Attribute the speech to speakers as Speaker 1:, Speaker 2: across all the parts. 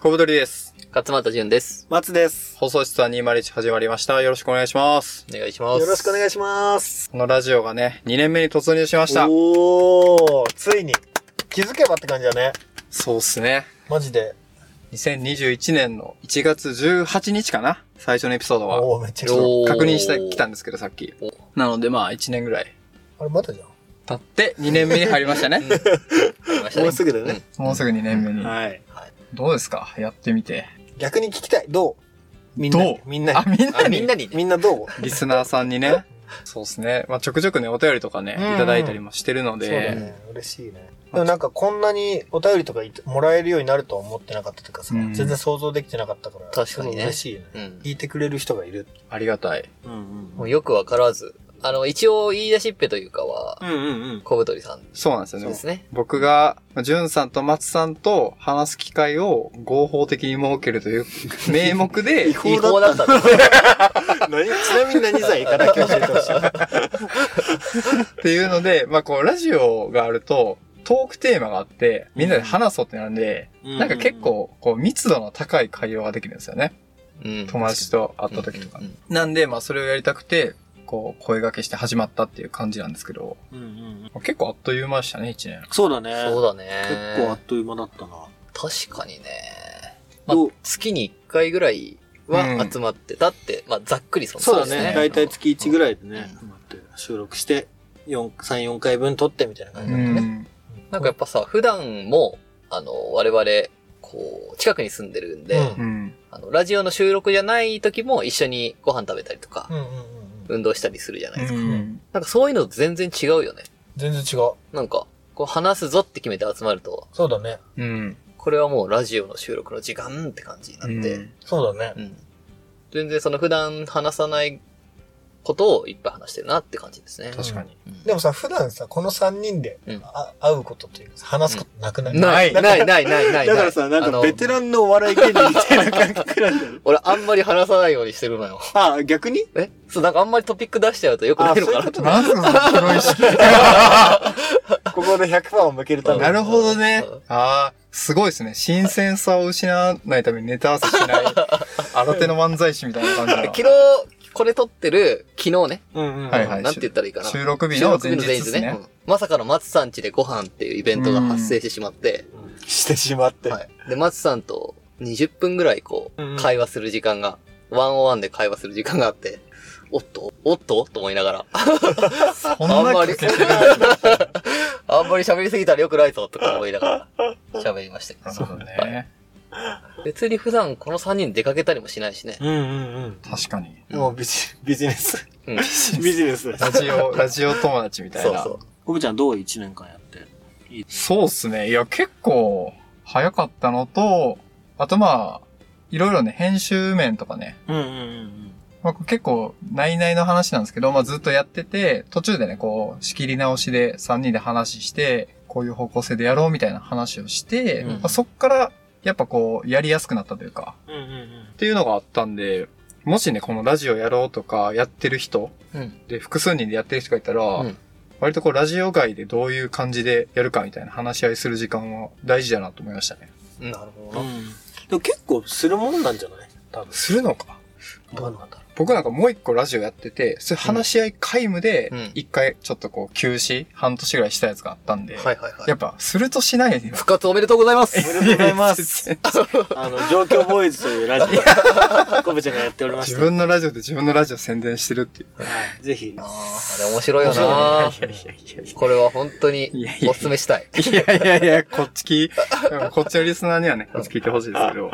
Speaker 1: 小太りです。
Speaker 2: 勝俣淳です。
Speaker 3: 松です。
Speaker 1: 放送室は201始まりました。よろしくお願いします。
Speaker 2: お願いしま
Speaker 3: よ
Speaker 2: す。
Speaker 3: ろしくお願
Speaker 2: い
Speaker 3: いします。
Speaker 1: このラジオがね、2年目に突入しました。
Speaker 3: おー、ついに気づけばって感じだね。
Speaker 1: そうっすね。
Speaker 3: マジで。
Speaker 1: 2021年の1月18日かな最初のエピソードは。
Speaker 3: おー、めっちゃ
Speaker 2: お
Speaker 3: いい。
Speaker 2: ー
Speaker 1: 確認してきたんですけど、さっき。なのでまあ1年ぐらい
Speaker 3: あれ、まだじゃん。
Speaker 1: 経って2年目に入りましたね。
Speaker 2: ましたね。
Speaker 3: も うすぐだね
Speaker 1: もうすぐ2年目に。
Speaker 3: はい。
Speaker 1: どうですかやってみて。
Speaker 3: 逆に聞きたい。どうみんなに
Speaker 1: ど。う
Speaker 3: みん
Speaker 1: あ
Speaker 3: な、に。
Speaker 1: みんな
Speaker 2: あ、み
Speaker 1: に
Speaker 2: んなにね。
Speaker 3: みんなどう
Speaker 1: リスナーさんにね。そうですね。まあちょくちょくね、お便りとかね、い
Speaker 3: うん
Speaker 1: ただいたりもしてるの
Speaker 3: そうだ
Speaker 1: で。
Speaker 3: ね。嬉しいね。でもなんかこんなにお便りとかいてもらえるようになるとは思ってなかったというかさ、
Speaker 1: うん
Speaker 3: 全然想像できてなかったから。
Speaker 2: 確かにね
Speaker 3: すごい嬉しいね。
Speaker 2: うん。
Speaker 3: 聞いてくれる人がいる。
Speaker 1: ありがたい。
Speaker 3: うん
Speaker 2: もうよくわからず。あの、一応言い出しっぺというかは、
Speaker 3: んうんうん。
Speaker 2: 小太りさん
Speaker 1: そうなんですよね。
Speaker 2: ですね。
Speaker 1: 僕が、じゅんさんと松さんと話す機会を合法的に設けると いう名目で、
Speaker 3: 違
Speaker 2: 違
Speaker 3: 法
Speaker 2: 法
Speaker 3: だ
Speaker 2: だっ
Speaker 3: っ
Speaker 2: たたんだ。
Speaker 3: 何ちなみに何歳かだけ教えてほし い。
Speaker 1: っていうので、まあこう、ラジオがあると、トークテーマがあって、みんなで話そうってなるんで、なんか結構、こう、密度の高い会話ができるんですよね。
Speaker 2: うん
Speaker 1: 友達と会った時とか。なんで、まあそれをやりたくて、こう、声掛けして始まったっていう感じなんですけど、
Speaker 3: うんうんうん。
Speaker 1: まあ結構あっという間でしたね、一年。
Speaker 3: そうだ
Speaker 2: そう
Speaker 3: ね。
Speaker 2: だね。
Speaker 3: という間だったな。
Speaker 2: 確かにね。まあ
Speaker 3: どう、
Speaker 2: 月に1回ぐらいは集まってたって、まあ、ざっくりそんな
Speaker 3: そうだ
Speaker 1: そうですね
Speaker 3: ね。大体月1ぐらいでね
Speaker 2: うん、
Speaker 3: こうやって収録して、4、3、4回分撮ってみたいな感じだったね。
Speaker 2: なんかやっぱさ、普段も、あの、我々、こう、近くに住んでるんで、
Speaker 3: うん
Speaker 1: うん。
Speaker 2: あの、ラジオの収録じゃない時も一緒にご飯食べたりとか、
Speaker 3: うんうんうんうん。
Speaker 2: 運動したりするじゃないですか。
Speaker 1: うん。
Speaker 2: なんかそういうのと全然違うよね。
Speaker 3: 全然違う。
Speaker 2: なんか、こう話すぞって決めて集まると、
Speaker 3: そうだね。
Speaker 1: うん。
Speaker 2: これはもうラジオの収録の時間って感じになって、うん。
Speaker 3: そうだね。
Speaker 2: 全然その普段話さないことをいっぱい話してるなって感じですね。
Speaker 1: 確かに。
Speaker 2: うん
Speaker 3: でもさ、普段さ、この3人で
Speaker 2: うん
Speaker 3: あ会うことというかさ、話すことなくない
Speaker 2: ない、
Speaker 3: だから
Speaker 2: ない、ない、ない、ない。
Speaker 3: だからさ、なん
Speaker 2: あ
Speaker 3: か
Speaker 2: の
Speaker 3: ベテランのお笑い芸人みたいな感覚なんだよ。
Speaker 2: 俺あんまり話さないようにしてるのよ。
Speaker 3: ああ、逆に
Speaker 2: えそう、なんかあんまりトピック出しちゃうとよくないのかなと。
Speaker 1: なんすか、そのプロ意識。
Speaker 3: ここで100%を向けるために。
Speaker 1: なるほどね
Speaker 2: うん。
Speaker 1: ああ、すごいですね。新鮮さを失わないためにネタ合わせしない、新手の漫才師みたいな感じ
Speaker 2: 昨
Speaker 1: だ
Speaker 2: 日、これ撮ってる、昨日ね。
Speaker 3: うんうんうん。
Speaker 1: はいはい
Speaker 2: なんて言ったらいいかな。
Speaker 1: な。収録日の前日
Speaker 2: 収録
Speaker 1: ですね。
Speaker 2: うんまさかの松さん家でご飯っていうイベントが発生してしまって、
Speaker 3: してしまって。
Speaker 2: はい。で、松さんと20分ぐらいこ
Speaker 3: うんう
Speaker 2: う、
Speaker 3: ん
Speaker 2: 会話する時間が、ワンオワンで会話する時間があって、おっとおっとと思いながら、
Speaker 1: こんなかけてる。
Speaker 2: あんまり喋りすぎたら良くないぞとか思いながら、喋りましたけ
Speaker 1: そう
Speaker 2: ど。
Speaker 1: だね。
Speaker 2: 別に普段この3人出かけたりもしないしね。
Speaker 3: うんうんうん。
Speaker 1: 確かに。
Speaker 3: もうビジビジネ ス。
Speaker 2: うん。
Speaker 3: ビジネス。
Speaker 1: ラジオ、ラジオ友達みたい
Speaker 2: そう
Speaker 1: な。
Speaker 2: そう。
Speaker 3: コブちゃんどう1年間やって
Speaker 1: そうっすね。いや、結構、早かったのと、あとまあ、いろいろね、編集面とかね、
Speaker 3: うんうんうん
Speaker 1: まあ、これ結構、内々の話なんですけど、まあ、ずっとやってて、途中でね、こう、仕切り直しで3人で話して、こういう方向性でやろうみたいな話をして、
Speaker 3: うん
Speaker 1: まあ、そっから、やっぱこう、やりやすくなったというか、
Speaker 3: うん。うんうん
Speaker 1: っていうのがあったんで、もしね、このラジオやろうとか、やってる人、
Speaker 2: うん。
Speaker 1: で、複数人でやってる人がいたら、
Speaker 2: うん
Speaker 1: 割とこう、ラジオ外でどういう感じでやるかみたいな話し合いする時間は大事だなと思いましたね。
Speaker 2: なるほ
Speaker 3: う
Speaker 2: どな。
Speaker 3: ん。でも結構するもんなんじゃない多分。
Speaker 1: するのか
Speaker 3: どうなんだろ
Speaker 1: 僕なんかもう一個ラジオやってて、それ話し合い皆無で
Speaker 2: うん、
Speaker 1: 一回ちょっとこう休止、半年ぐらいしたやつがあったんで、
Speaker 2: はいはいはい。
Speaker 1: やっぱするとしないで
Speaker 2: 復活おめでとうございます
Speaker 3: う。おめでとうございます。
Speaker 1: 自
Speaker 3: あの、状況ボーイズというラジオ、コブちゃんがやっておりました。
Speaker 1: 分のラジオで 自分のラジオ宣伝してるっていう。
Speaker 3: はいぜひ。
Speaker 2: あーあれ面白いよな
Speaker 3: 面白いねいやいやいやいや
Speaker 2: これは本当に
Speaker 1: いやいや
Speaker 2: おすすめしたい。
Speaker 1: いやいやいや、こっちき、こっちのリスナーにはね、こっち聞いてほしいですけど。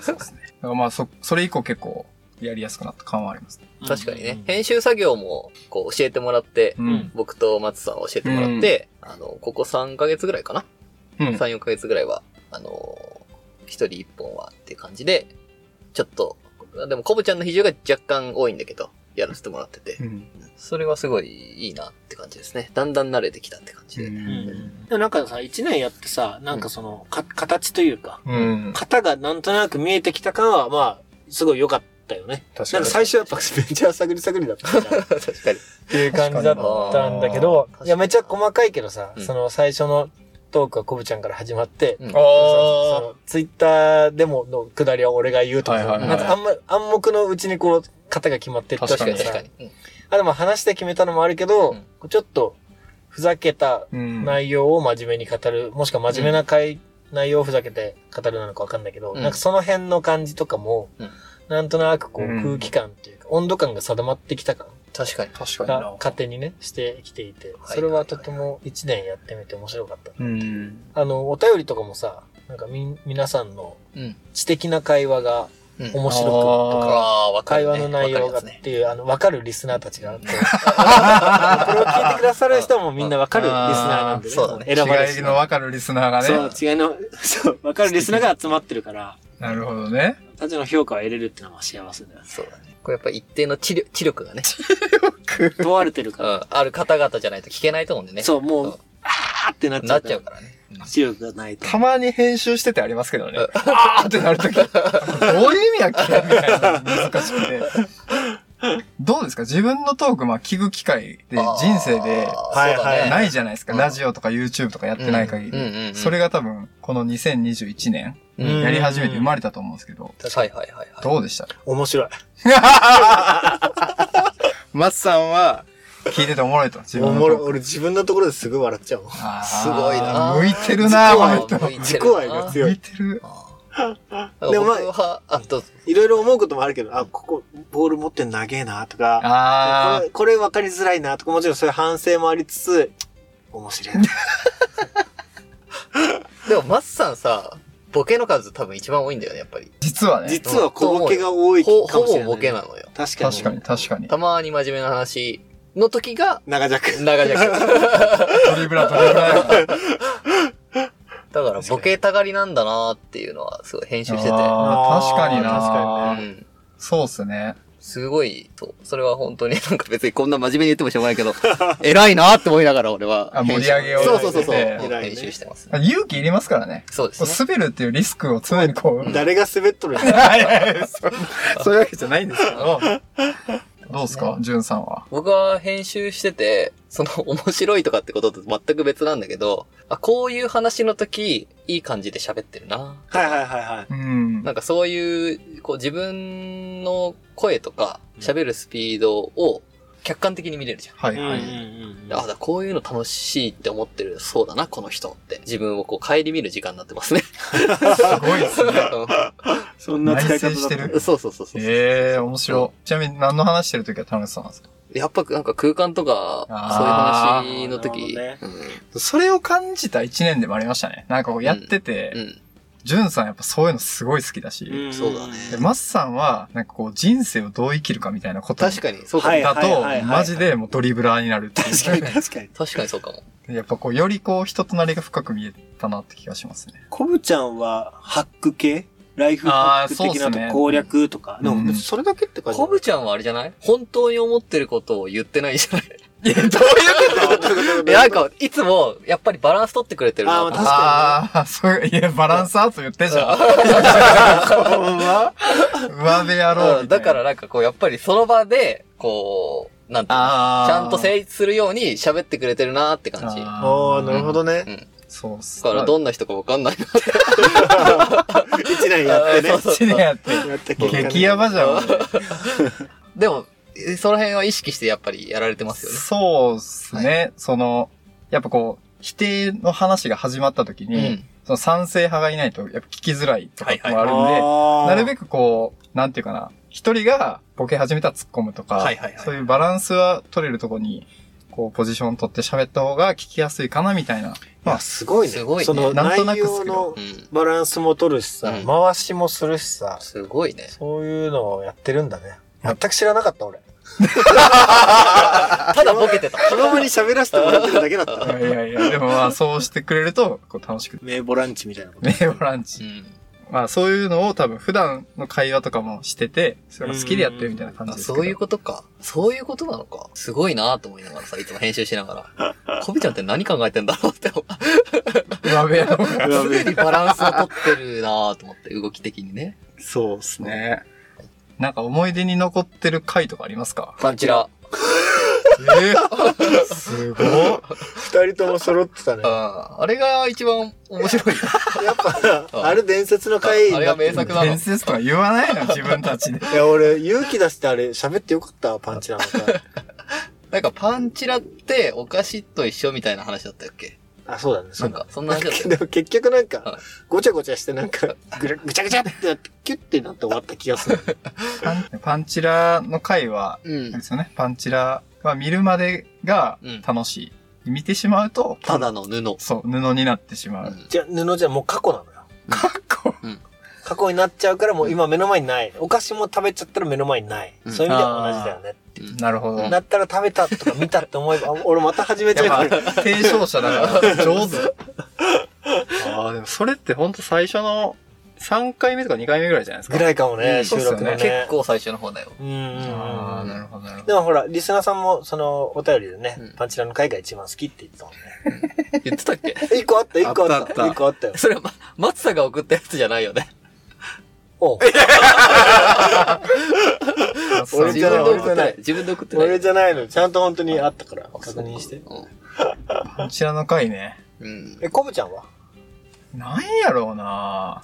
Speaker 1: そうですね。だからまあそ、それ以降結構やりやすくなった感はありますね。
Speaker 2: 確かにね。
Speaker 3: うん
Speaker 2: 編集作業もこう教えてもらって、
Speaker 1: うん。
Speaker 2: 僕と松さんは教えてもらって、あの、ここ3ヶ月ぐらいかな、
Speaker 1: うん。
Speaker 2: ?3、4ヶ月ぐらいは、あのー、一人一本はっていう感じで、ちょっと、でもコブちゃんの比重が若干多いんだけど、やらせてもらってて
Speaker 1: う、ん。
Speaker 2: それはすごいいいなって感じですね。だんだん慣れてきたって感じで。
Speaker 1: うん。
Speaker 3: でもなんかさ、1年やってさ、なんかその、か、形というか、
Speaker 1: うん。
Speaker 3: 型がなんとなく見えてきた感は、まあ、すごい良かったよね。
Speaker 1: 確
Speaker 3: なんか最初やっぱめっちゃ探り探りだったじゃ ん。
Speaker 2: 確かに。
Speaker 3: っていう感じだったんだけど
Speaker 2: 確か、に
Speaker 3: いや、めっちゃ細かいけどさ、
Speaker 2: うん
Speaker 3: その最初の
Speaker 4: トークはコブちゃんから始まって、
Speaker 2: うん
Speaker 4: そのツイッターでものくだりは俺が言うとか、
Speaker 1: はいはい
Speaker 2: はい
Speaker 4: なんかあんま暗黙のうちにこう、型が決まってった
Speaker 1: 確
Speaker 2: 確
Speaker 1: か
Speaker 2: か
Speaker 1: に
Speaker 2: に
Speaker 4: さ
Speaker 2: 確かに。うん
Speaker 4: あ、でも話して決めたのもあるけど、ちょっとふざけた
Speaker 1: うん。
Speaker 4: 内容を真面目に語る、もしくは真面目な回、内容をふざけて語るなのかわかんないけど、
Speaker 2: うん
Speaker 4: なんかその辺の感じとかも、
Speaker 2: うん
Speaker 4: なんとなくこう
Speaker 1: うん
Speaker 4: 空気感というか、温度感が定まってきた感
Speaker 2: 確かに。
Speaker 1: 確かに
Speaker 4: が
Speaker 1: な。
Speaker 4: 勝手にね、してきていて、
Speaker 2: はい
Speaker 4: それはとても一年やってみて面白かった。
Speaker 1: うん。
Speaker 4: あの、お便りとかもさ、なんかみ、皆さんの
Speaker 2: うん。
Speaker 4: 知的な会話が
Speaker 2: うん
Speaker 4: 面白くとか、
Speaker 2: ああ、わか
Speaker 4: 会
Speaker 2: るね。
Speaker 4: 話の内容が
Speaker 2: わか
Speaker 4: っ
Speaker 2: るや
Speaker 4: ていう、あの、わかるリスナーたちが、こ う
Speaker 2: つね
Speaker 4: これを聞いてくださる人もみんなわかるリスナーなんでね。
Speaker 2: あーそうだね
Speaker 1: 違
Speaker 4: 選ばれし
Speaker 1: いのわかるリスナーがね。
Speaker 3: そう、違いの、そう、わかるリスナーが集まってるから、
Speaker 1: なるほどね。
Speaker 3: たちの評価を得れるってのは幸せだよ。
Speaker 2: そうだね。これやっぱ一定の知力知力がね、
Speaker 3: 問われてる
Speaker 2: う
Speaker 3: から。
Speaker 2: んある方々じゃないと聞けないと思うんでね。
Speaker 3: そう、も
Speaker 2: そう
Speaker 3: う、あーってなっちゃ
Speaker 2: な
Speaker 3: う
Speaker 2: っ
Speaker 3: か
Speaker 2: ちゃう
Speaker 3: ら。
Speaker 2: からね。うん
Speaker 3: 視力がないと。
Speaker 1: たまに編集しててありますけどね
Speaker 2: うん。
Speaker 1: あーってなると き、どういう意味やっけみたいなの難しくて。どうですか自分のトーク、まあ、聞く機会で人生で
Speaker 2: あ
Speaker 4: はい
Speaker 2: ーそうだね
Speaker 4: は
Speaker 1: ないじゃないですか。
Speaker 2: うん
Speaker 1: ラジオとか YouTube とかやってない限
Speaker 2: うん
Speaker 1: り。
Speaker 2: うんうんうん
Speaker 1: それが多分、この2021年、
Speaker 2: うん
Speaker 4: うん
Speaker 1: やり始めて生まれたと思うんですけど、
Speaker 2: はいはいはいはい。
Speaker 1: どうで した
Speaker 4: 面白い。
Speaker 1: 松さんは、聞いてておもろいと。自
Speaker 4: お
Speaker 1: 分
Speaker 4: も
Speaker 1: のト
Speaker 4: ろ
Speaker 1: ーク。
Speaker 4: 俺自分のところですぐ笑っちゃうもん。
Speaker 1: あー
Speaker 2: すごいな
Speaker 1: 向いてるなこの人。
Speaker 4: 自己愛が強
Speaker 1: 向い
Speaker 4: い。
Speaker 1: てる。
Speaker 2: で
Speaker 4: で
Speaker 2: も
Speaker 4: もま
Speaker 2: まあ
Speaker 4: あ
Speaker 2: 僕は、あ、どうぞ。
Speaker 3: いろいろ思うこともあるけど、あ、ここ、ボール持ってん長えな、とか、
Speaker 1: あ
Speaker 3: これこれ分かりづらいな、とか、もちろんそういう反省もありつつ、面白いな。
Speaker 2: でも、マッさんさ、ボケの数多分一番多いんだよね、やっぱり
Speaker 1: ー、。実はね。
Speaker 3: 実は小ボケが多い
Speaker 2: ほ
Speaker 3: か
Speaker 2: ほ
Speaker 3: もしれ
Speaker 2: ぼ
Speaker 3: ない。
Speaker 2: ボケなのよ。
Speaker 3: 確かに。
Speaker 1: 確かに確かに。
Speaker 2: たまに真面目な話の時が、
Speaker 3: 長尺。
Speaker 2: 長 尺。
Speaker 1: ドリブラドリブラ や。
Speaker 2: だから、ボケたがりなんだなーっていうのは、すごい編集してて。う
Speaker 1: あー確かにな
Speaker 4: 確かに
Speaker 2: ん。
Speaker 1: そうっすね。
Speaker 2: すごい、そう。それは本 当になんか別にこんな真面目に言ってもしょうがないけど、偉いなーって思いながら俺は
Speaker 1: あ
Speaker 2: 編集。
Speaker 1: 盛り上げよう
Speaker 2: そうそうそうそう。
Speaker 1: 偉
Speaker 3: いね
Speaker 2: 編集してますね。
Speaker 1: 勇気いりますからね。
Speaker 2: そうですね。
Speaker 1: 滑るっていうリスクを常にこ う。
Speaker 3: 誰が滑っとるんや。
Speaker 1: はいはいはいそうそういうわけじゃないんですけど。どうっすかジュンさんは。
Speaker 2: 僕は編集してて、その面白いとかってことと全く別なんだけど、あ、こういう話の時、いい感じで喋ってるな。
Speaker 3: はいはいはいはい。
Speaker 1: うん。
Speaker 2: なんかそういう、こう自分の声とか喋るスピードを客観的に見れるじゃん。
Speaker 1: はいは
Speaker 3: うんう
Speaker 1: い。
Speaker 3: んうん
Speaker 2: あ、だこういうの楽しいって思ってる、そうだな、この人って。自分をこう帰り見る時間になってますね。
Speaker 1: すごいっすね。
Speaker 3: そんな使い方
Speaker 1: 内省して
Speaker 3: だっ
Speaker 1: る
Speaker 2: うん そうそうそうそう。
Speaker 1: ええー、面白い。ちなみに何の話してるときは楽しそうなんですか
Speaker 2: やっぱなんか空間とか、
Speaker 1: あー
Speaker 2: そういう話の時、
Speaker 3: なる
Speaker 1: それを感じた一年でもありましたね。なんかこうやって
Speaker 2: うん。う
Speaker 1: て、
Speaker 2: ん。
Speaker 1: ジュンさんやっぱそういうのすごい好きだし、
Speaker 3: た。ん
Speaker 2: そうだね
Speaker 1: でマスさんはなんかこう人生をどう生きるかみたいなこと
Speaker 2: 確かに、そうかも。
Speaker 3: はい
Speaker 1: だ
Speaker 3: はい
Speaker 1: と、
Speaker 3: はい
Speaker 1: マジでもうドリブラーになるっていう。
Speaker 3: 確かに確かに。
Speaker 2: 確かにそうかも。
Speaker 1: やっぱこう、よりこう、人となりが深く見えたなって気がしますね。
Speaker 3: コブちゃんは、ハック系ライフハック的
Speaker 1: あーそうっ
Speaker 3: な
Speaker 1: す
Speaker 3: と
Speaker 1: ね
Speaker 3: 攻略とか。
Speaker 1: うん
Speaker 3: でも、別にそれだけって感じ。
Speaker 2: コブちゃんはあれじゃない本当に思ってることを言ってないじゃない
Speaker 1: いや、どういう
Speaker 2: え、なんか、いつも、やっぱりバランス取ってくれてるな
Speaker 3: あーま
Speaker 2: と
Speaker 3: 確か
Speaker 1: ああ、そう、いや、バランスアート言ってんじゃん。上辺やろう
Speaker 2: うん
Speaker 1: みたいな。
Speaker 2: だからなんかこう、やっぱりその場で、こう、なんていうの
Speaker 1: ああ。
Speaker 2: ちゃんと成立するように喋ってくれてるなーって感じ。だ
Speaker 1: あ
Speaker 4: ああ、
Speaker 1: あ、
Speaker 4: なるほどね。
Speaker 1: そうっす。
Speaker 2: からどんな人かわかんないなって。
Speaker 3: 一年やってね
Speaker 2: あー。そう
Speaker 1: 一年やって。
Speaker 3: やった結果ね
Speaker 1: 激ヤバじゃん。俺
Speaker 2: でも、えその辺は意識してやっぱりやられてますよね。
Speaker 1: そうっすね。その、やっぱこう、否定の話が始まった時に、
Speaker 2: うん
Speaker 1: その賛成派がいないと、やっぱ聞きづらいとかもあるんで、
Speaker 3: あー
Speaker 1: なるべくこう、なんていうかな、一人がボケ始めたら突っ込むとか、
Speaker 2: はいはいはい
Speaker 1: そういうバランスは取れるとこに、こう、ポジション取って喋った方が聞きやすいかな、みたいな。
Speaker 3: いやすごいね。
Speaker 2: すごいね
Speaker 3: その
Speaker 1: なんとな
Speaker 3: 内
Speaker 1: くです
Speaker 3: 容
Speaker 1: けど
Speaker 3: の
Speaker 2: うん
Speaker 3: バランスも取るし
Speaker 2: う
Speaker 3: さ
Speaker 2: ん。
Speaker 4: 回しもするしさ、
Speaker 2: すごいね。
Speaker 4: そういうのをやってるんだね。全く知らなかった俺。
Speaker 2: ただボケてた。
Speaker 3: 子供に喋らせてもらってるだけだっ た
Speaker 1: い。やいやいや、でもまあ、そうしてくれると、こう、楽しく。
Speaker 3: 名ボランチみたいなこと。
Speaker 1: 名誉ラン
Speaker 2: う
Speaker 1: チ。
Speaker 2: ん。
Speaker 1: まあ、そういうのを多分、普段の会話とかもしてて、それが好きでやってるみたいな感じ
Speaker 2: あ
Speaker 1: ですけど。
Speaker 2: そういうことか。そういうことなのか。すごいなと思いながらさ、いつも編集しなが ら。コビちゃんって何考えてんだろうって思う。
Speaker 1: 上辺の方が。
Speaker 3: やべえ
Speaker 2: 常にバランスを取ってるなと思って、動き的にね。
Speaker 3: そうっすね。
Speaker 1: ねなんか思い出に残ってる回とかありますか
Speaker 2: パンチラ。
Speaker 1: えー、 す ごい。
Speaker 4: 二人とも揃って たね。
Speaker 2: あーあれが一番面白い よ。
Speaker 3: やっぱ、
Speaker 2: あ
Speaker 3: あれ伝説の回に
Speaker 2: あれが
Speaker 3: なっ
Speaker 2: 名
Speaker 3: てる
Speaker 2: 作なの
Speaker 1: 伝。説とか言わないの、自分たちで。
Speaker 3: いや、俺、勇気出してあれ、喋ってよかったわ、パンチラの 回。
Speaker 2: なんかパンチラってお菓子と一緒みたいな話だったっけ
Speaker 3: あ、そうだね、そ
Speaker 2: な
Speaker 3: うんか。
Speaker 2: か、そんな話だったよ
Speaker 3: でも結局なん
Speaker 2: は
Speaker 3: か
Speaker 2: い、
Speaker 3: ごちゃごちゃしてなんか、ぐらぐちゃぐちゃってなって、キュッてなって終わった気がする。
Speaker 1: パンパンチラの回は、
Speaker 2: うん
Speaker 1: あれ。ですよね。パンチラは見るまでが楽しい。見てしまうと、
Speaker 2: ただの布。
Speaker 1: そう、布になってしまう。
Speaker 2: うん
Speaker 3: じゃあ、布じゃもう過去なのよ。
Speaker 1: 過去。
Speaker 3: 過去になっちゃうからもう今目の前にない。お菓子も食べちゃったら目の前にない。
Speaker 2: うん
Speaker 3: そういう意味では同じだよね。
Speaker 1: なるほど。
Speaker 2: うん
Speaker 1: や
Speaker 3: なったら食べたとか見たって思えば、あ俺また始めちゃ
Speaker 1: っ
Speaker 3: うから。
Speaker 1: ぱ、提唱者だから、上手。ああ、でもそれってほんと最初の3回目とか2回目ぐらいじゃないですか。
Speaker 3: ぐらいかも
Speaker 2: う
Speaker 3: ね、
Speaker 2: ん
Speaker 3: 収録のね。
Speaker 2: 結。構最初の方だよ。
Speaker 3: うんうんうん。
Speaker 1: ああ、なるほど、なるほ
Speaker 3: で
Speaker 1: ど。
Speaker 3: もほら、リスナーさんも、その、お便りでね、
Speaker 2: うん
Speaker 3: パンチラの回が一番好きって言ってたもんね。
Speaker 2: 言ってたっけ
Speaker 3: え 一個あった、一個あ
Speaker 1: あ
Speaker 3: っ。
Speaker 1: ったたあった
Speaker 3: 一個あったよ。
Speaker 2: それは、ま松さんが送ったやつじゃないよね。
Speaker 3: おう俺
Speaker 2: 自
Speaker 3: じゃ
Speaker 2: 分
Speaker 3: ない
Speaker 2: で送ってない
Speaker 3: 俺じゃない。
Speaker 2: 自分で送ってない。
Speaker 3: 俺じゃないの。ちゃんと本当にあったから、確認して。
Speaker 1: パンチラの回ね。
Speaker 2: うん。うん。
Speaker 3: え、コブちゃんは
Speaker 1: なんやろうな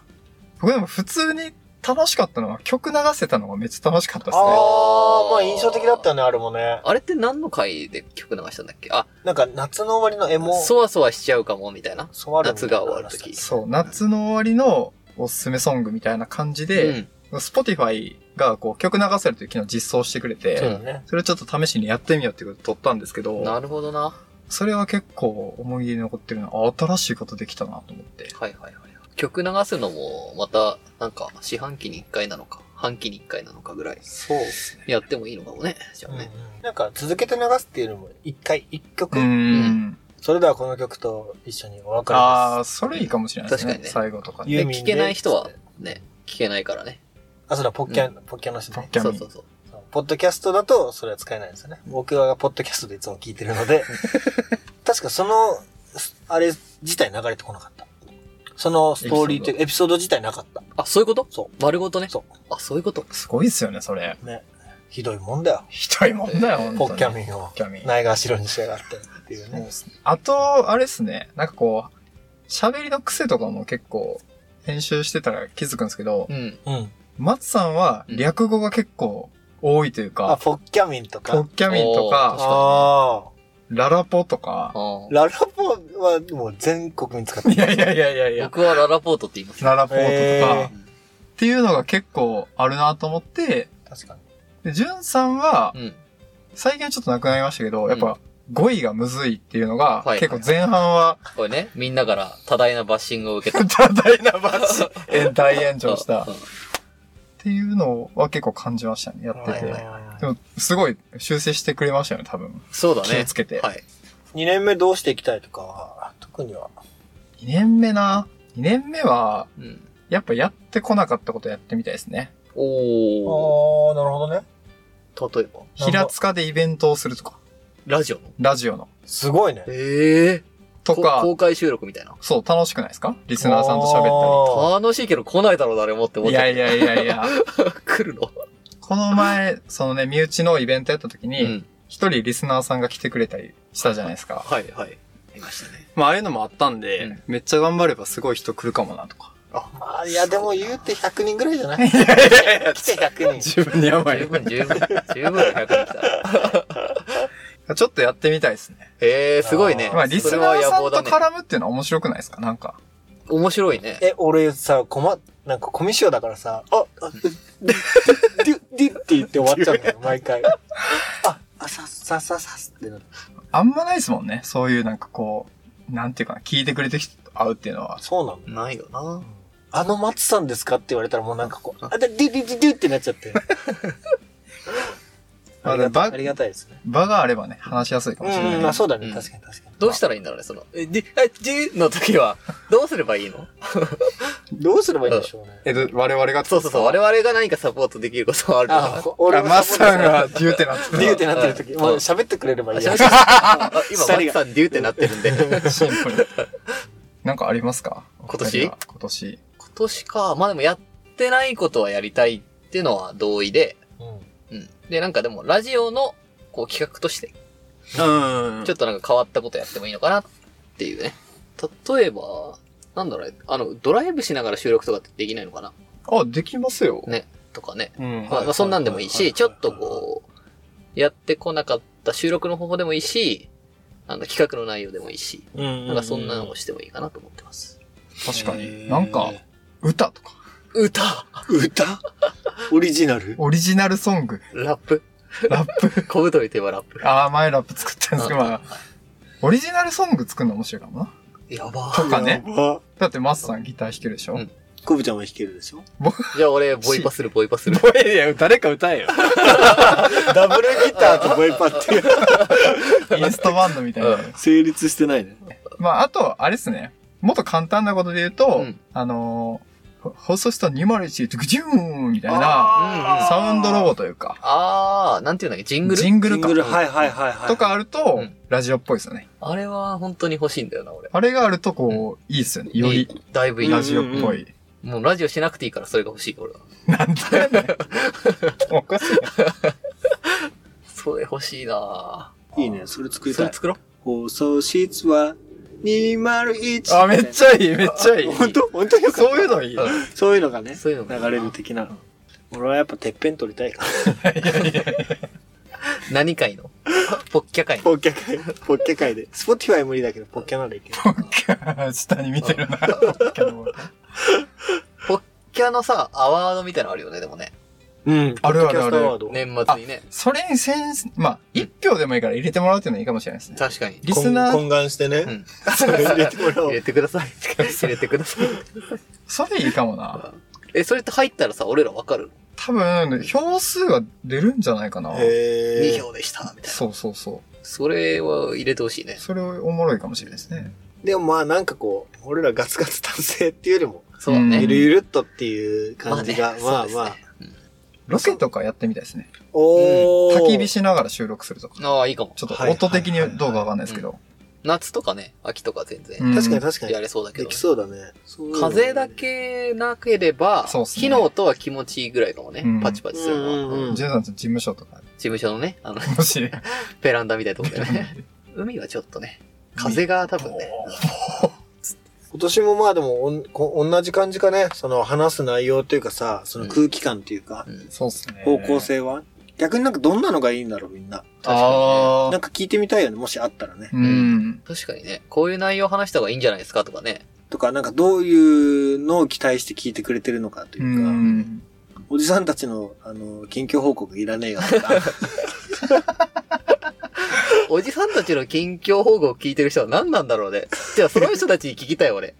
Speaker 1: 僕でも普通に楽しかったのは曲流せたのがめっちゃ楽しかったですね。
Speaker 3: ああ、まあ印象的だったよね、あれもね。
Speaker 2: あれって何の回で曲流したんだっけあ、
Speaker 3: なんか夏の終わりのエモ、
Speaker 2: そわそわしちゃうかも、みたいな。
Speaker 3: そわるみたいな
Speaker 2: 夏が終わる時
Speaker 1: そう、夏の終わりのおすすめソングみたいな感じで、
Speaker 2: うん。
Speaker 1: Spotify がこう曲流せるという機能を実装してくれ
Speaker 3: そう
Speaker 1: て、
Speaker 3: だね。
Speaker 1: それをちょっと試しにやってみようっていうことを取ったんですけ
Speaker 2: な
Speaker 1: ど、
Speaker 2: るほどな。は
Speaker 1: それは結構思い出に残ってるのは、あ新しいことできたなと思って
Speaker 2: い。はいはい。曲流すのも、また、なんか、四半期に一回なのか、半期に一回なのかぐらい、
Speaker 3: そうですね。
Speaker 2: やってもいいのかもね。じゃあ
Speaker 3: うん
Speaker 2: ね。
Speaker 3: なんか続けて流すっていうのも、一回一
Speaker 1: う
Speaker 3: 曲、
Speaker 1: ーん。
Speaker 3: それではこの曲と一緒にお別れ
Speaker 1: あ
Speaker 3: で
Speaker 1: あ、それいいかもしれないですね
Speaker 2: 確か。にね
Speaker 1: 最後とか
Speaker 3: ユ
Speaker 1: ね。
Speaker 3: ー
Speaker 2: で、
Speaker 3: ミンで
Speaker 2: 聞けない人は、ね、聞けないからね。
Speaker 3: す。あ、そうだ、ポッキャン、ポッキャンの人ね。
Speaker 1: キャミ
Speaker 2: そうそうそう。
Speaker 3: そうポッドキャストだとそれは使えないんですよね。僕はポッドキャストでいつも聞いてる ので、確かその、すあれ自体流れてこなかった。そのストーリーというエピソード自体なかった。
Speaker 2: あ、そういうこと
Speaker 3: そ
Speaker 2: 丸ごとね。。
Speaker 3: そう
Speaker 2: あ、そういうこと。
Speaker 1: すごいですよね、それ。
Speaker 3: ね。ひどいもんだよ。
Speaker 1: ひどいもんだよ、本当
Speaker 3: ポ
Speaker 1: に。
Speaker 3: ッキャミンを
Speaker 1: ポッキャミン
Speaker 3: ないがしろにしやがってっていう
Speaker 1: そう
Speaker 3: ね
Speaker 1: っ。すねあと、あれですね、なんかこう、喋りの癖とかも結構、編集してたら気づくんですけど
Speaker 2: う、ん。
Speaker 3: うん。
Speaker 1: 松さんは略語が結構多いという
Speaker 3: あ、
Speaker 1: か、
Speaker 3: ポッキャミンと
Speaker 1: ポ
Speaker 3: か
Speaker 1: ッ。キャミンと
Speaker 2: おー
Speaker 1: か、
Speaker 3: あ
Speaker 1: ララポとか、
Speaker 2: あ
Speaker 3: あ。ララポはもう全国に使っ て
Speaker 1: いやいやいやいやい
Speaker 2: ー
Speaker 1: や、
Speaker 2: 僕はララポートって言います。
Speaker 1: ララポートとか、
Speaker 3: え
Speaker 1: っていうのが結構あるなと思って、
Speaker 3: 確かに。
Speaker 1: で、ジュンさんは
Speaker 2: う、ん。
Speaker 1: 最近はちょっとなくなりましたけど、
Speaker 2: ん
Speaker 1: やっぱ語彙がむずいっていうのが、
Speaker 2: はい
Speaker 1: 結構前半は、
Speaker 2: これね、みんなから多大なバッシングを受けた。
Speaker 1: 多大なバッチ、え大炎上した。っ
Speaker 2: うん
Speaker 1: ていうのは結構感じましたね、やって
Speaker 2: はいは
Speaker 1: て
Speaker 2: い。
Speaker 1: でも、すごい修正してくれましたよね、多分。
Speaker 2: そうだ
Speaker 1: 気を
Speaker 2: ね
Speaker 1: つ。けて。
Speaker 2: はい。
Speaker 3: 2年目どうしていきたいとかは、特には。
Speaker 1: 2年目な。2年目は、
Speaker 2: うん。
Speaker 1: やっぱやってこなかったことやってみたいですね。
Speaker 3: あ
Speaker 2: お
Speaker 3: あ、なるほどね。
Speaker 2: ー。例えば、
Speaker 3: なんだ
Speaker 1: 平塚でイベントをするとか、
Speaker 2: ラジオの。
Speaker 1: ラジオの。
Speaker 3: すごいね。
Speaker 2: ええ。
Speaker 1: とか、
Speaker 2: 公開収録みたいな。
Speaker 1: そう、楽しくないですかリスナーさんと喋
Speaker 3: あー
Speaker 2: 楽しいけど来ないだろう、誰もって思
Speaker 1: っ
Speaker 2: った
Speaker 1: り。い
Speaker 2: ちゃ
Speaker 1: や
Speaker 2: う。
Speaker 1: いやいやいや。
Speaker 2: 来るの。
Speaker 1: この前、そのね、身内のイベントやった時
Speaker 2: う
Speaker 1: に、
Speaker 2: ん。
Speaker 1: 一、人リスナーさんが来てくれたりしたじゃないですか。
Speaker 2: はいはい。いましたね。
Speaker 1: まあ、ああいうのもあったんで
Speaker 2: うん
Speaker 1: めっちゃ頑張ればすごい人来るかもなとか。
Speaker 3: まあ、いや、でも言うて100人ぐらいじゃない来て100人。
Speaker 1: 自分でやばい
Speaker 2: 十。分、十分、十分100人来 た。
Speaker 1: ちょっとやってみたいですね。
Speaker 2: ええ、すごいね。
Speaker 1: まあ、リス
Speaker 2: それ
Speaker 1: ナー
Speaker 2: は野
Speaker 1: さん
Speaker 2: 望
Speaker 1: と
Speaker 2: だね。
Speaker 1: 絡むっていうのは面白くないですかなんか。
Speaker 2: 面白いね。
Speaker 3: え、俺さ、こま、なんかコミュ障だからさ、あ、あ、デュ、デュって言って終わっちゃうんだよ、毎回。あ、あ、さ、さ、さ、さ、さってなって
Speaker 1: あんまないですもんね。そういうなんかこう、なんていうかな、聞いてくれてる人と会うっていうのは。
Speaker 3: そうなんだ。
Speaker 2: ないよな。
Speaker 3: あの松さんですかって言われたらもうなんかこう、あ、で、デュ、デュ、デュ、デュってなっちゃって。
Speaker 1: まあ
Speaker 3: ありがた
Speaker 1: バ
Speaker 3: いありがたいですね。
Speaker 1: 場があればね、話しやすいか
Speaker 3: う
Speaker 1: もしれない。
Speaker 3: ん、まあそうだ
Speaker 2: う
Speaker 3: ね、
Speaker 2: ん
Speaker 3: 確かに確かに。
Speaker 2: どうしたらいいんだろうね、その。え、で、え、じの時は、どうすればいいの
Speaker 3: どうすればいいんでしょうね。
Speaker 1: えっと、我々が。
Speaker 2: そうそうそう。我々が何かサポートできることはあるの
Speaker 3: あ
Speaker 2: か、
Speaker 3: 俺
Speaker 1: あ、マッ
Speaker 3: は
Speaker 1: サンが、デューってなって
Speaker 3: デ
Speaker 1: る
Speaker 3: ュってなってる時、
Speaker 2: うん
Speaker 3: まあ喋ってくれれば
Speaker 2: ないあ
Speaker 3: い
Speaker 2: しま。
Speaker 3: や
Speaker 2: しましあ今、
Speaker 3: 二
Speaker 2: マ
Speaker 3: 人
Speaker 2: キ
Speaker 3: が
Speaker 2: さんデューってなってるんで。
Speaker 1: シンプル。なんかありますか
Speaker 2: 今年
Speaker 1: 今年。
Speaker 2: 今年か。まあでもやってないことはやりたいっていうのは同意で。
Speaker 3: うん
Speaker 2: うん。で、なんかでも、ラジオの、こう企画として、
Speaker 1: うん。
Speaker 2: ちょっとなんか変わったことやってもいいのかなっていうね。例えば、なんだろうね、あの、ドライブしながら収録とかってできないのかな
Speaker 1: あ、できますよ。
Speaker 2: ね。とかね。
Speaker 1: うん。
Speaker 2: まあまあ、そんなんでもいい
Speaker 3: はい
Speaker 2: し、
Speaker 3: はい
Speaker 2: ち
Speaker 3: は
Speaker 2: ょ
Speaker 3: いはい
Speaker 2: っとこう、やってこなかった収録の方法でもいいし、あの、企画の内容でもいいし、
Speaker 3: うん
Speaker 2: なんかそんなのをしてもいいかなと思ってます。
Speaker 1: 確かに。なんか、歌とか、
Speaker 2: 歌
Speaker 3: 歌オリジナル
Speaker 1: オリジナルソング、
Speaker 2: ラッ プ
Speaker 1: ラップ。
Speaker 2: 小太りといえばラップ。
Speaker 1: ああ、前ラップ作ったんですけど、まあ
Speaker 2: あ、
Speaker 1: オリジナルソング作るの面白いかもな。
Speaker 2: やば
Speaker 1: とかね。
Speaker 3: やば
Speaker 1: だって、マスさんギター弾けるでしょ、
Speaker 2: うん
Speaker 3: コブちゃんも弾けるでしょ
Speaker 2: じゃあ俺、ボイパする、ボイパする。
Speaker 1: ボイいや、誰か歌えよ。
Speaker 3: ダブルギターとボイパっていう
Speaker 1: インストバンドみたいな。
Speaker 2: うん
Speaker 3: 成立してないね。
Speaker 1: まあ、あと、あれですね。もっと簡単なことで言うと、
Speaker 2: うん
Speaker 1: あのーほ放送した201とグジューンみたいな、
Speaker 2: あー
Speaker 1: サウンドロ
Speaker 3: ボ
Speaker 1: ゴというか、
Speaker 2: あー、なんていうんだっけ、ジングル
Speaker 1: ジング
Speaker 3: ジ
Speaker 1: ル
Speaker 3: ン
Speaker 1: か
Speaker 3: グル、はいはいはいはい。
Speaker 1: とかあると、
Speaker 2: うん
Speaker 1: ラジオっぽいですよね。
Speaker 2: あれは本当に欲しいんだよな、俺。
Speaker 1: あれがあると、こう、いいですよね。よ
Speaker 2: い
Speaker 1: り、
Speaker 2: いだいぶいい。
Speaker 1: ラジオっぽい。
Speaker 2: もうラジオしなくていいからそれが欲しい、俺は。
Speaker 1: なんだよね。おかしいな。
Speaker 2: それ欲しいない
Speaker 3: いね、それ作
Speaker 2: ぁ。
Speaker 3: り
Speaker 2: そ
Speaker 3: た
Speaker 2: れ
Speaker 3: い。
Speaker 2: 作ろう。
Speaker 3: 放送室は201。
Speaker 1: あ、めっちゃいい、めっちゃいい。
Speaker 3: 本当本当に
Speaker 1: そういうのいい。
Speaker 2: うん
Speaker 3: そういうのがね、
Speaker 2: そういうのが
Speaker 3: 流れる的な。俺はやっぱてっぺん取りたいから。
Speaker 2: 何回 のポッキャ回の
Speaker 3: ポッキャ会、ポッキャ会で。スポティファイ無理だけど、ポッキャならいける。
Speaker 1: 下に見てるな。
Speaker 2: ポッキャのさ、アワードみたいなのあるよね、でもね。
Speaker 3: うん。
Speaker 1: あるあるある
Speaker 3: ポッキャストアワード
Speaker 2: 年末にね。
Speaker 1: それに先生、まあ、一票でもいいから入れてもらうっていうのはいいかもしれないですね。
Speaker 2: 確かに。
Speaker 1: リスナー、
Speaker 4: 懇願して
Speaker 2: う
Speaker 4: ね。
Speaker 2: ん。
Speaker 3: 入れてもら お
Speaker 2: 入
Speaker 3: う。
Speaker 2: れてください。 入れてください。
Speaker 1: それいいかもな。
Speaker 2: え、それって入ったらさ、俺らわかる
Speaker 1: 多分、票数は出るんじゃないかな。
Speaker 4: へ
Speaker 2: ?2
Speaker 4: え。
Speaker 2: 票でした、みたいな。
Speaker 1: そうそうそ
Speaker 2: それは入れてほしいね
Speaker 1: う。。それおもろいかもしれないですね。
Speaker 3: でもまあなんかこう、俺らガツガツ達成っていうよりも、
Speaker 2: そうだ
Speaker 1: うん
Speaker 3: ゆ
Speaker 2: ね。
Speaker 3: るゆるっとっていう感じ
Speaker 2: まあ
Speaker 3: が
Speaker 2: ね、
Speaker 3: ま
Speaker 2: そう
Speaker 3: あ
Speaker 2: ですね
Speaker 3: まあ。
Speaker 1: ロケとかやってみたいですね。
Speaker 3: おー。
Speaker 1: 焚き火しながら収録するとか。
Speaker 2: ああ、いいかも。
Speaker 1: ちょっと音的にどうかわかんないですけど。
Speaker 2: 夏とかね、秋とか全
Speaker 1: う
Speaker 2: 然
Speaker 1: ん
Speaker 3: 確かに確かに
Speaker 2: や。れそうだけ
Speaker 3: で
Speaker 2: どね
Speaker 3: き。そうだね。そういうの
Speaker 2: 風だけなければ、
Speaker 1: そうっすね
Speaker 2: 火の音は気持ちいいぐらいかもね。
Speaker 1: うん
Speaker 2: パチパチするのは、
Speaker 3: うんうんうん
Speaker 1: ジェイさんちの事務所とか、
Speaker 2: 事務所のね、あの、
Speaker 1: もし、
Speaker 2: ベランダみたいなところで ね。海はちょっとね、風が多分ね、
Speaker 3: 今年もまあでもおんこ、同じ感じかね。その話す内容というかさ、その空気感というか、
Speaker 1: そうっすね。
Speaker 3: 方向。性は。逆になんかどんなのがいいんだろう、みんな。
Speaker 1: あ
Speaker 3: なんか聞いてみたいよね、もしあったらね。
Speaker 1: ー。うん。
Speaker 2: 確かにね、こういう内容を話した方がいいんじゃないですかとかね。
Speaker 3: とか、なんかどういうのを期待して聞いてくれてるのかといううか、
Speaker 1: ん。
Speaker 3: おじさんたちの、あの、近況報告 いらねえよとか、
Speaker 2: おじさんたちの近況報告を聞いてる人は何なんだろうね。じゃあ、その人たちに聞きたい俺。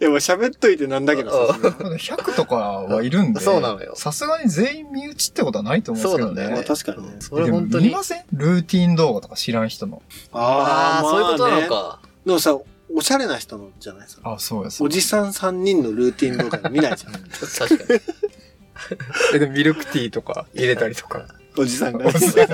Speaker 3: いや、もう喋っといてなんだけどさ、それは
Speaker 1: まだ100とかはいるんで。
Speaker 2: そうなのよ
Speaker 1: さすがに全員身内ってことはないと思うんですけど
Speaker 2: そうなんだ
Speaker 1: ね。
Speaker 2: よ
Speaker 3: ま
Speaker 2: ね
Speaker 3: あ確かにね。
Speaker 2: それ本当に
Speaker 1: 見。ませんルーティン動画とか知らん人の。
Speaker 2: ああ、
Speaker 3: ま
Speaker 2: そういうことな
Speaker 3: ね
Speaker 2: の。か。
Speaker 3: でもさ、おしゃれな人のじゃないさ。
Speaker 1: あ、そうです
Speaker 3: お。じさん3人のルーティン動画見ないじゃん。
Speaker 2: 確かに。
Speaker 1: えでミルクティーとか入れたりとか。
Speaker 3: おじさんが。
Speaker 1: おじさん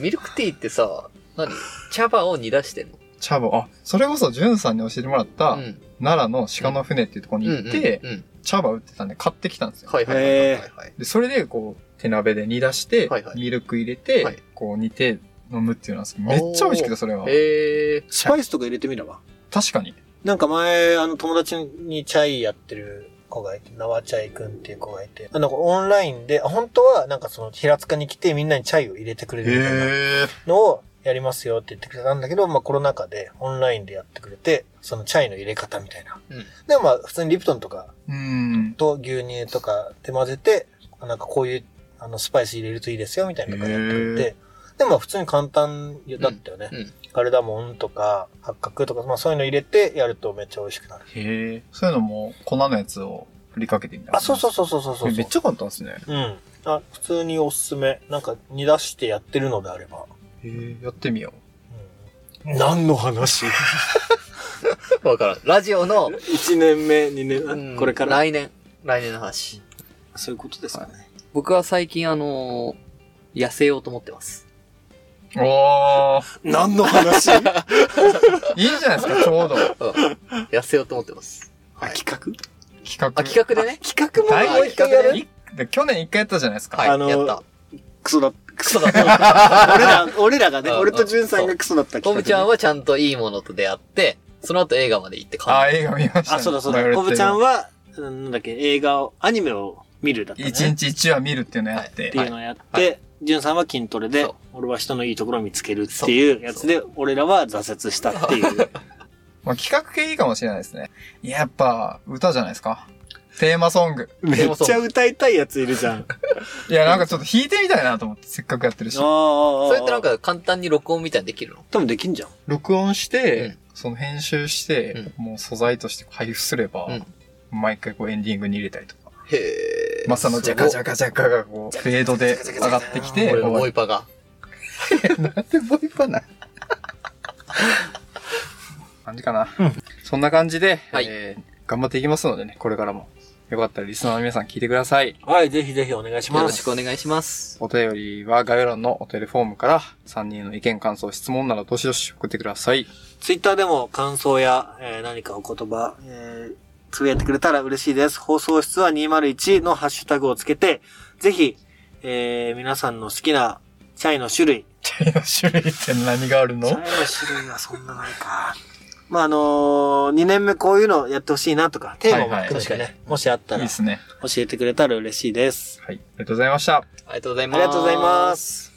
Speaker 2: ミルクティーってさ、何茶葉を煮出してんの
Speaker 1: 茶葉、あ、それこそジュンさんに教えてもらった、
Speaker 2: うん。
Speaker 1: 奈良の鹿の船っていうところに行って、
Speaker 2: うんうんうん
Speaker 1: 茶葉売ってたんで買ってきたんですよ。
Speaker 2: はいはいはいはいはい。
Speaker 1: で、それでこう、手鍋で煮出して、
Speaker 2: はいはい
Speaker 1: ミルク入れて、
Speaker 2: はい
Speaker 1: こう煮て飲むっていうのはめっちゃ美味しくて、それは。
Speaker 2: へえ。
Speaker 3: スパイスとか入れてみれば。
Speaker 1: 確かに。
Speaker 3: なんか前、あの、友達にチャイやってる子がいて、縄チャイくんっていう子がいて、あなんかオンラインで、あ本当はなんかその平塚に来てみんなにチャイを入れてくれるみたいな
Speaker 1: へえ。
Speaker 3: のをやりますよって言ってくれたんだけど、まあコロナ禍でオンラインでやってくれて、そのチャイの入れ方みたいな。
Speaker 2: うん
Speaker 3: でもまあ普通にリプトンとか
Speaker 1: うん。
Speaker 3: と牛乳とかで混ぜて、なんかこういうあのスパイス入れるといいですよみたいな感じでやってくれ
Speaker 1: へ
Speaker 3: て、でもまあ普通に簡単だったよね。
Speaker 2: うんうん
Speaker 3: カルダモンとか八角とか、まあそういうの入れてやるとめっちゃ美味しくなる。
Speaker 1: へえ。そういうのも粉のやつを振りかけてみたいな。
Speaker 3: あ、そうそうそうそうそうそう。
Speaker 1: めっちゃ簡単ですね。
Speaker 3: うん。あ、普通におすすめ。なんか煮出してやってるのであれば。
Speaker 1: へえ、やってみよ
Speaker 3: うん、何の話
Speaker 2: わからん。ラジオの、
Speaker 3: ?1 年目、2
Speaker 2: う ん来年。来年の話。
Speaker 3: そういうことですかね。
Speaker 2: 僕は最近あのー痩せようと思ってます。
Speaker 1: う。おー、
Speaker 3: 何の話
Speaker 1: いいじゃないですか、ちょうど。
Speaker 2: うん痩せようと思ってます。
Speaker 3: 企画
Speaker 1: 企画。
Speaker 2: あ、企画でね。
Speaker 3: 企画
Speaker 1: 大
Speaker 2: あ企画でね
Speaker 1: いで去年一回やったじゃないですか。
Speaker 2: はい、
Speaker 3: あのー
Speaker 2: やった。
Speaker 3: クソだ、
Speaker 2: クソだった。
Speaker 3: 俺ら、 俺らがね、
Speaker 2: うん
Speaker 3: 俺とジュンさんがクソだった
Speaker 2: コブちゃん
Speaker 3: は
Speaker 2: はちゃんといいものと出会って、その後映画まで行って
Speaker 1: ああ、
Speaker 2: 感
Speaker 1: 映画見ましたね、
Speaker 3: あ、そうだそう
Speaker 1: バイオ
Speaker 3: だ。
Speaker 1: レッ
Speaker 3: コ
Speaker 1: ト
Speaker 3: ブちゃんは、うんなんだっけ、映画を、アニメを見るだったね。
Speaker 1: 一
Speaker 3: っ
Speaker 1: 日一話見るっていうのやって。
Speaker 3: ていうのをやっ
Speaker 1: はい
Speaker 3: て、ジュンさんは筋トレで
Speaker 2: そう、
Speaker 3: 俺は人のいいところを見つけるっていうやつで、俺らは挫折したっていう。
Speaker 1: まあ、企画系いいかもしれないですね。やっぱ、歌じゃないですか。テーマソング。
Speaker 3: めっちゃ歌いたいやついるじゃん。あ
Speaker 1: いや、なんかちょっと弾いてみたいなと思って、せっかくやってるし
Speaker 3: あ。あ
Speaker 2: じ。
Speaker 3: あ
Speaker 2: それってなん、か簡単に録音みたいにできるの
Speaker 3: 多分できんじゃん。
Speaker 1: 録音して、
Speaker 2: うん
Speaker 1: その編集して、もう素材として配布すれば、
Speaker 2: うん
Speaker 1: 毎回こうエンディングに入れたりとか。
Speaker 2: へえ。
Speaker 1: まあ、そのジャカジャカジャカがこう、フェードで上がってきて、
Speaker 2: 俺
Speaker 1: 終
Speaker 2: のボ
Speaker 1: わ
Speaker 2: イ
Speaker 1: り
Speaker 2: パが。
Speaker 1: なんでボイパな感じかな。そんな感じで、
Speaker 2: はい
Speaker 1: えー頑張っていきますのでね、これからも。よかったらリスナーの皆さん聞いてください。
Speaker 3: はい、ぜひぜひお願いし
Speaker 2: よ
Speaker 3: ま
Speaker 2: ろ
Speaker 3: す。
Speaker 2: しくお願いします。
Speaker 1: お便りは概要欄のお手りフォームから3人への意見、感想、質問などどしどし送ってくだ さい。
Speaker 3: ツイッターでも感想や、えー何かお言葉、えーつぶやいてくれたら嬉しいです。放送室は201のハッシュタグをつけて、ぜひ、えー皆さんの好きなチャイの種類。
Speaker 1: チャイの種類って何があるの
Speaker 3: チャイの種類はそんなないか。まあ、あのー、2年目こういうのやってほしいなとか、テーマも含めてね、
Speaker 2: はいはい
Speaker 3: もしあった
Speaker 1: いい
Speaker 3: ら
Speaker 1: で
Speaker 3: 教
Speaker 1: すね。
Speaker 3: えてくれたら嬉しいです。
Speaker 1: はい。ありがとうございました。
Speaker 2: ありがとうござい
Speaker 3: あ
Speaker 2: ます。
Speaker 3: りがとうございます。